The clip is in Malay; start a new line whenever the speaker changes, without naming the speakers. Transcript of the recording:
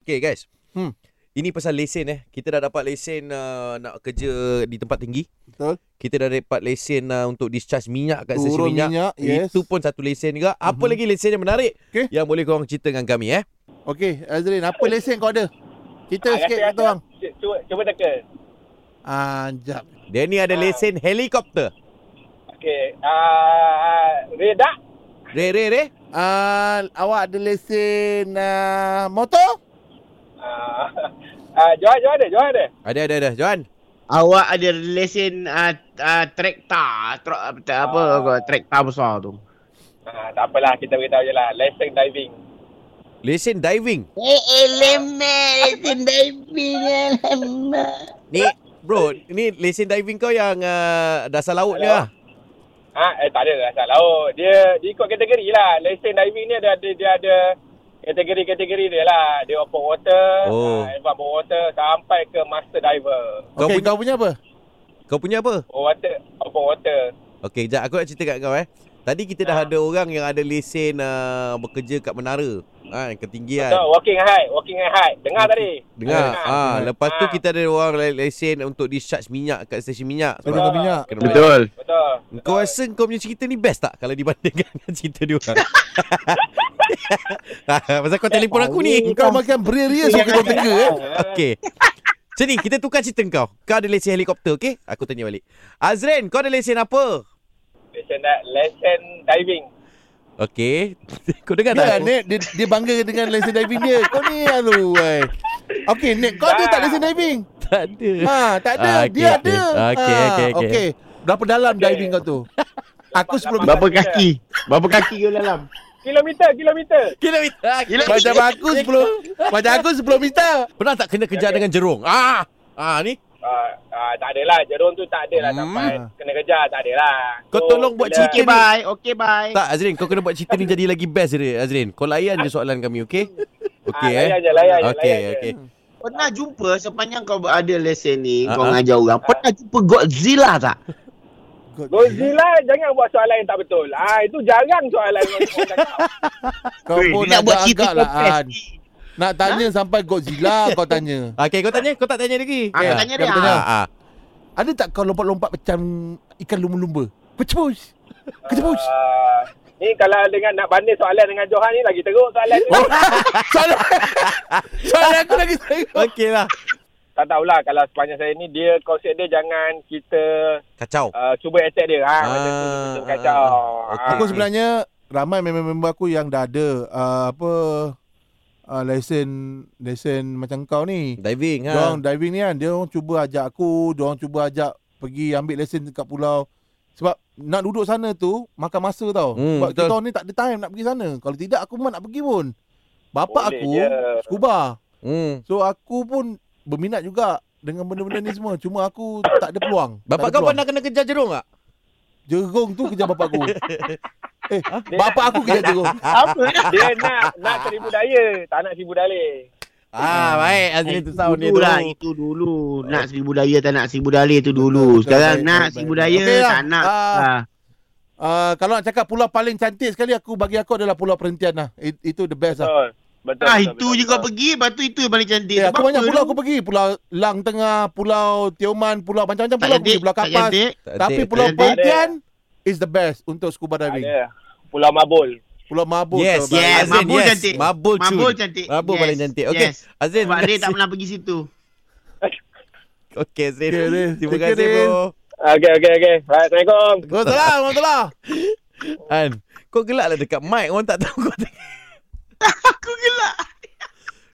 Okay guys.
Hmm.
Ini pasal lesen eh. Kita dah dapat lesen uh, nak kerja di tempat tinggi.
Betul.
Kita dah dapat lesen uh, untuk discharge minyak kat stesen
Turun
minyak.
minyak, yes.
Itu pun satu lesen juga. Apa
Mhm.
lagi lesen yang menarik
Okey.
yang boleh korang cerita dengan kami eh?
Okey, Azrin, apa lesen kau ada? Cerita
Ah,
sikit
rasa-
kat
rasa-
orang.
C- Cuba, cuba teka.
Ah, jap.
Dia ni ada
Ah.
lesen helikopter.
Okey. Ah, redak.
Re re re.
Ah, awak ada lesen ah, motor?
Ah, ah, Johan, Johan ada, Johan ada.
Ada ada ada Johan.
Awak ada lesen uh, uh, traktor, tra, tra, apa
Ah.
kau, traktor besar tu.
Ah, tak apalah, kita beritahu je lah. Lesson diving.
Lesen diving.
Eh, eh lemak lesen diving lemak.
Ni bro, ni lesen diving kau yang uh, dasar laut ni lah.
Hello. Ah, eh, tak ada asal laut. Dia, dia ikut kategori lah. Lesson diving ni ada, dia, dia ada kategori-kategori dia lah. Dia open water,
Oh.
oh. ah, advanced water sampai ke master diver.
Kau
Okey,
punya-
kau punya apa?
Kau punya apa?
Open water, open water.
Okey, kejap aku nak cerita kat kau eh. Tadi kita dah
Ah.
ada orang yang ada lesen uh, bekerja kat menara. Ha, ketinggian.
So, walking high, walking high. Dengar tadi?
Dengar.
Ah,
Ah, ah, lepas tu
Ah.
kita ada orang le- lesen untuk discharge minyak kat stesen minyak.
Kena
Sebab
kau minyak.
kena bayar.
Betul.
Betul.
Kau rasa kau punya cerita ni best tak kalau dibandingkan dengan cerita dia orang? Ah, Pasal kau telefon aku ni.
Oh, Kau makan beriria sampai kau teka eh.
Okey. Sini kita tukar cerita kau. Kau ada lesen helikopter, okey? Aku tanya balik. Azrin, kau ada lesen apa?
Lesson, di- lesson diving.
Okey. kau dengar tak?
Ya,
aku?
Nek, dia, dia bangga dengan lesen diving dia. Kau ni alu. ai. Okey, Nek, kau ada tak lesen diving?
Tak ada.
Ha, tak ada.
Ah, okey,
dia
okey.
ada.
Okey,
Ha,
okey, okey.
Okey. Berapa dalam
Okey.
diving kau tu? Aku sebelum
Lapan-
Berapa kaki? Berapa kaki kau dalam?
Kilometer, kilometer.
Kilometer.
macam aku sebelum macam aku sebelum minta.
Pernah tak kena kejar
Okey.
dengan jerung? Ah. Ah ni.
Ah, ah, tak adalah Jerome tu tak adalah
Hmm.
hmm. sampai kena kejar tak adalah
Kau tolong buat
bila-
cerita
Okay, bye. Okay, bye.
Tak Azrin, kau kena buat cerita ni jadi lagi best dia Azrin. Kau layan je soalan kami, okey? Okey
Ah,
eh.
layan je, layan je,
Okey,
layan je.
okey.
Pernah jumpa sepanjang kau ada lesen ni,
Ah,
kau
ah.
ngajar orang. Pernah jumpa Godzilla tak?
Godzilla jangan buat soalan yang tak betul ah itu jarang soalan yang orang cakap
Kau
Weh,
pun
dia
nak agak lah
podcast
An.
ni.
Nak tanya sampai Godzilla kau tanya.
Okey, kau tanya, kau tak tanya lagi. Ya.
Ah,
Okey,
kau tanya
Eh, kau
dia.
tanya.
Ah.
Ah, ah.
Ada tak kau lompat-lompat macam ikan lumba-lumba? Kecebus. Kecebus.
Ah, ni kalau dengan nak banding soalan dengan Johan ni lagi teruk soalan ni
Oh, soalan soalan aku lagi saya.
lah.
Okeylah.
tak tahulah kalau sepanjang saya ni dia konsep dia jangan kita
Kacau.
uh, cuba attack dia ha macam tu
Ah,
macam
ah,
kacau
ah.
Ah.
Aku sebenarnya ramai member-member aku yang dah ada uh, apa uh, lesen lesen macam kau ni.
Diving
Ha.
ha.
Diorang diving ni kan Dia orang cuba ajak aku Dia orang cuba ajak Pergi ambil lesen dekat pulau Sebab nak duduk sana tu Makan masa tau
Hmm,
hmm, Sebab
betul.
kita orang ni tak ada time Nak pergi sana Kalau tidak aku pun nak pergi pun Bapak
Boleh
aku
je.
Scuba
Hmm.
So aku pun Berminat juga Dengan benda-benda ni semua Cuma aku tak ada peluang
Bapak
tak ada
kau
peluang.
pernah kena kejar jerung tak?
Jerung tu kejar bapak aku Eh bapak aku kejar jerung
Apa?
dia nak nak cari budaya tak nak si budaya
Ah, baik Azrin tu sound dia
dulu
tu.
lah, itu dulu. Nak si budaya tak nak si budaya tu
betul,
dulu. Sekarang
baik,
nak
baik,
si
baik.
budaya
Okey lah.
tak nak.
Ah.
Ah.
uh, Kalau nak cakap pulau paling cantik sekali Aku bagi aku adalah pulau perhentian lah It, Itu the best lah
betul betul betul,
Ah, itu
betul,
je kau
betul.
pergi, lepas tu itu yang paling cantik.
Eh,
Sebab
aku banyak
apa
pulau
tu?
aku pergi. Pulau Lang Tengah, Pulau Tioman, pulau macam-macam
Tak
pulau aku
cantik,
pergi. Pulau
tak
Kapas.
cantik.
Tapi
Cantik.
Pulau
tak cantik.
Perhentian is the best untuk scuba diving.
Ada. Pulau Mabul
Pulau Mabuk.
Yes,
Pulau
yes,
Bali.
Azrin,
Mabul
yes.
cantik.
Mabul cun.
Mabul cantik.
Mabul
Yes,
paling cantik. Okey.
yes.
Azrin.
Sebab Ray
terima
tak
kasih.
pernah pergi situ.
Okey, Azrin.
Okay, Azrin.
Terima
Thank you,
kasih
Azrin.
bro.
Okey, okey, okey. Alright, Assalamualaikum.
Waalaikumsalam, waalaikumsalam.
Kan? An, kau gelak lah dekat mic. Orang tak tahu kau
Aku gelak.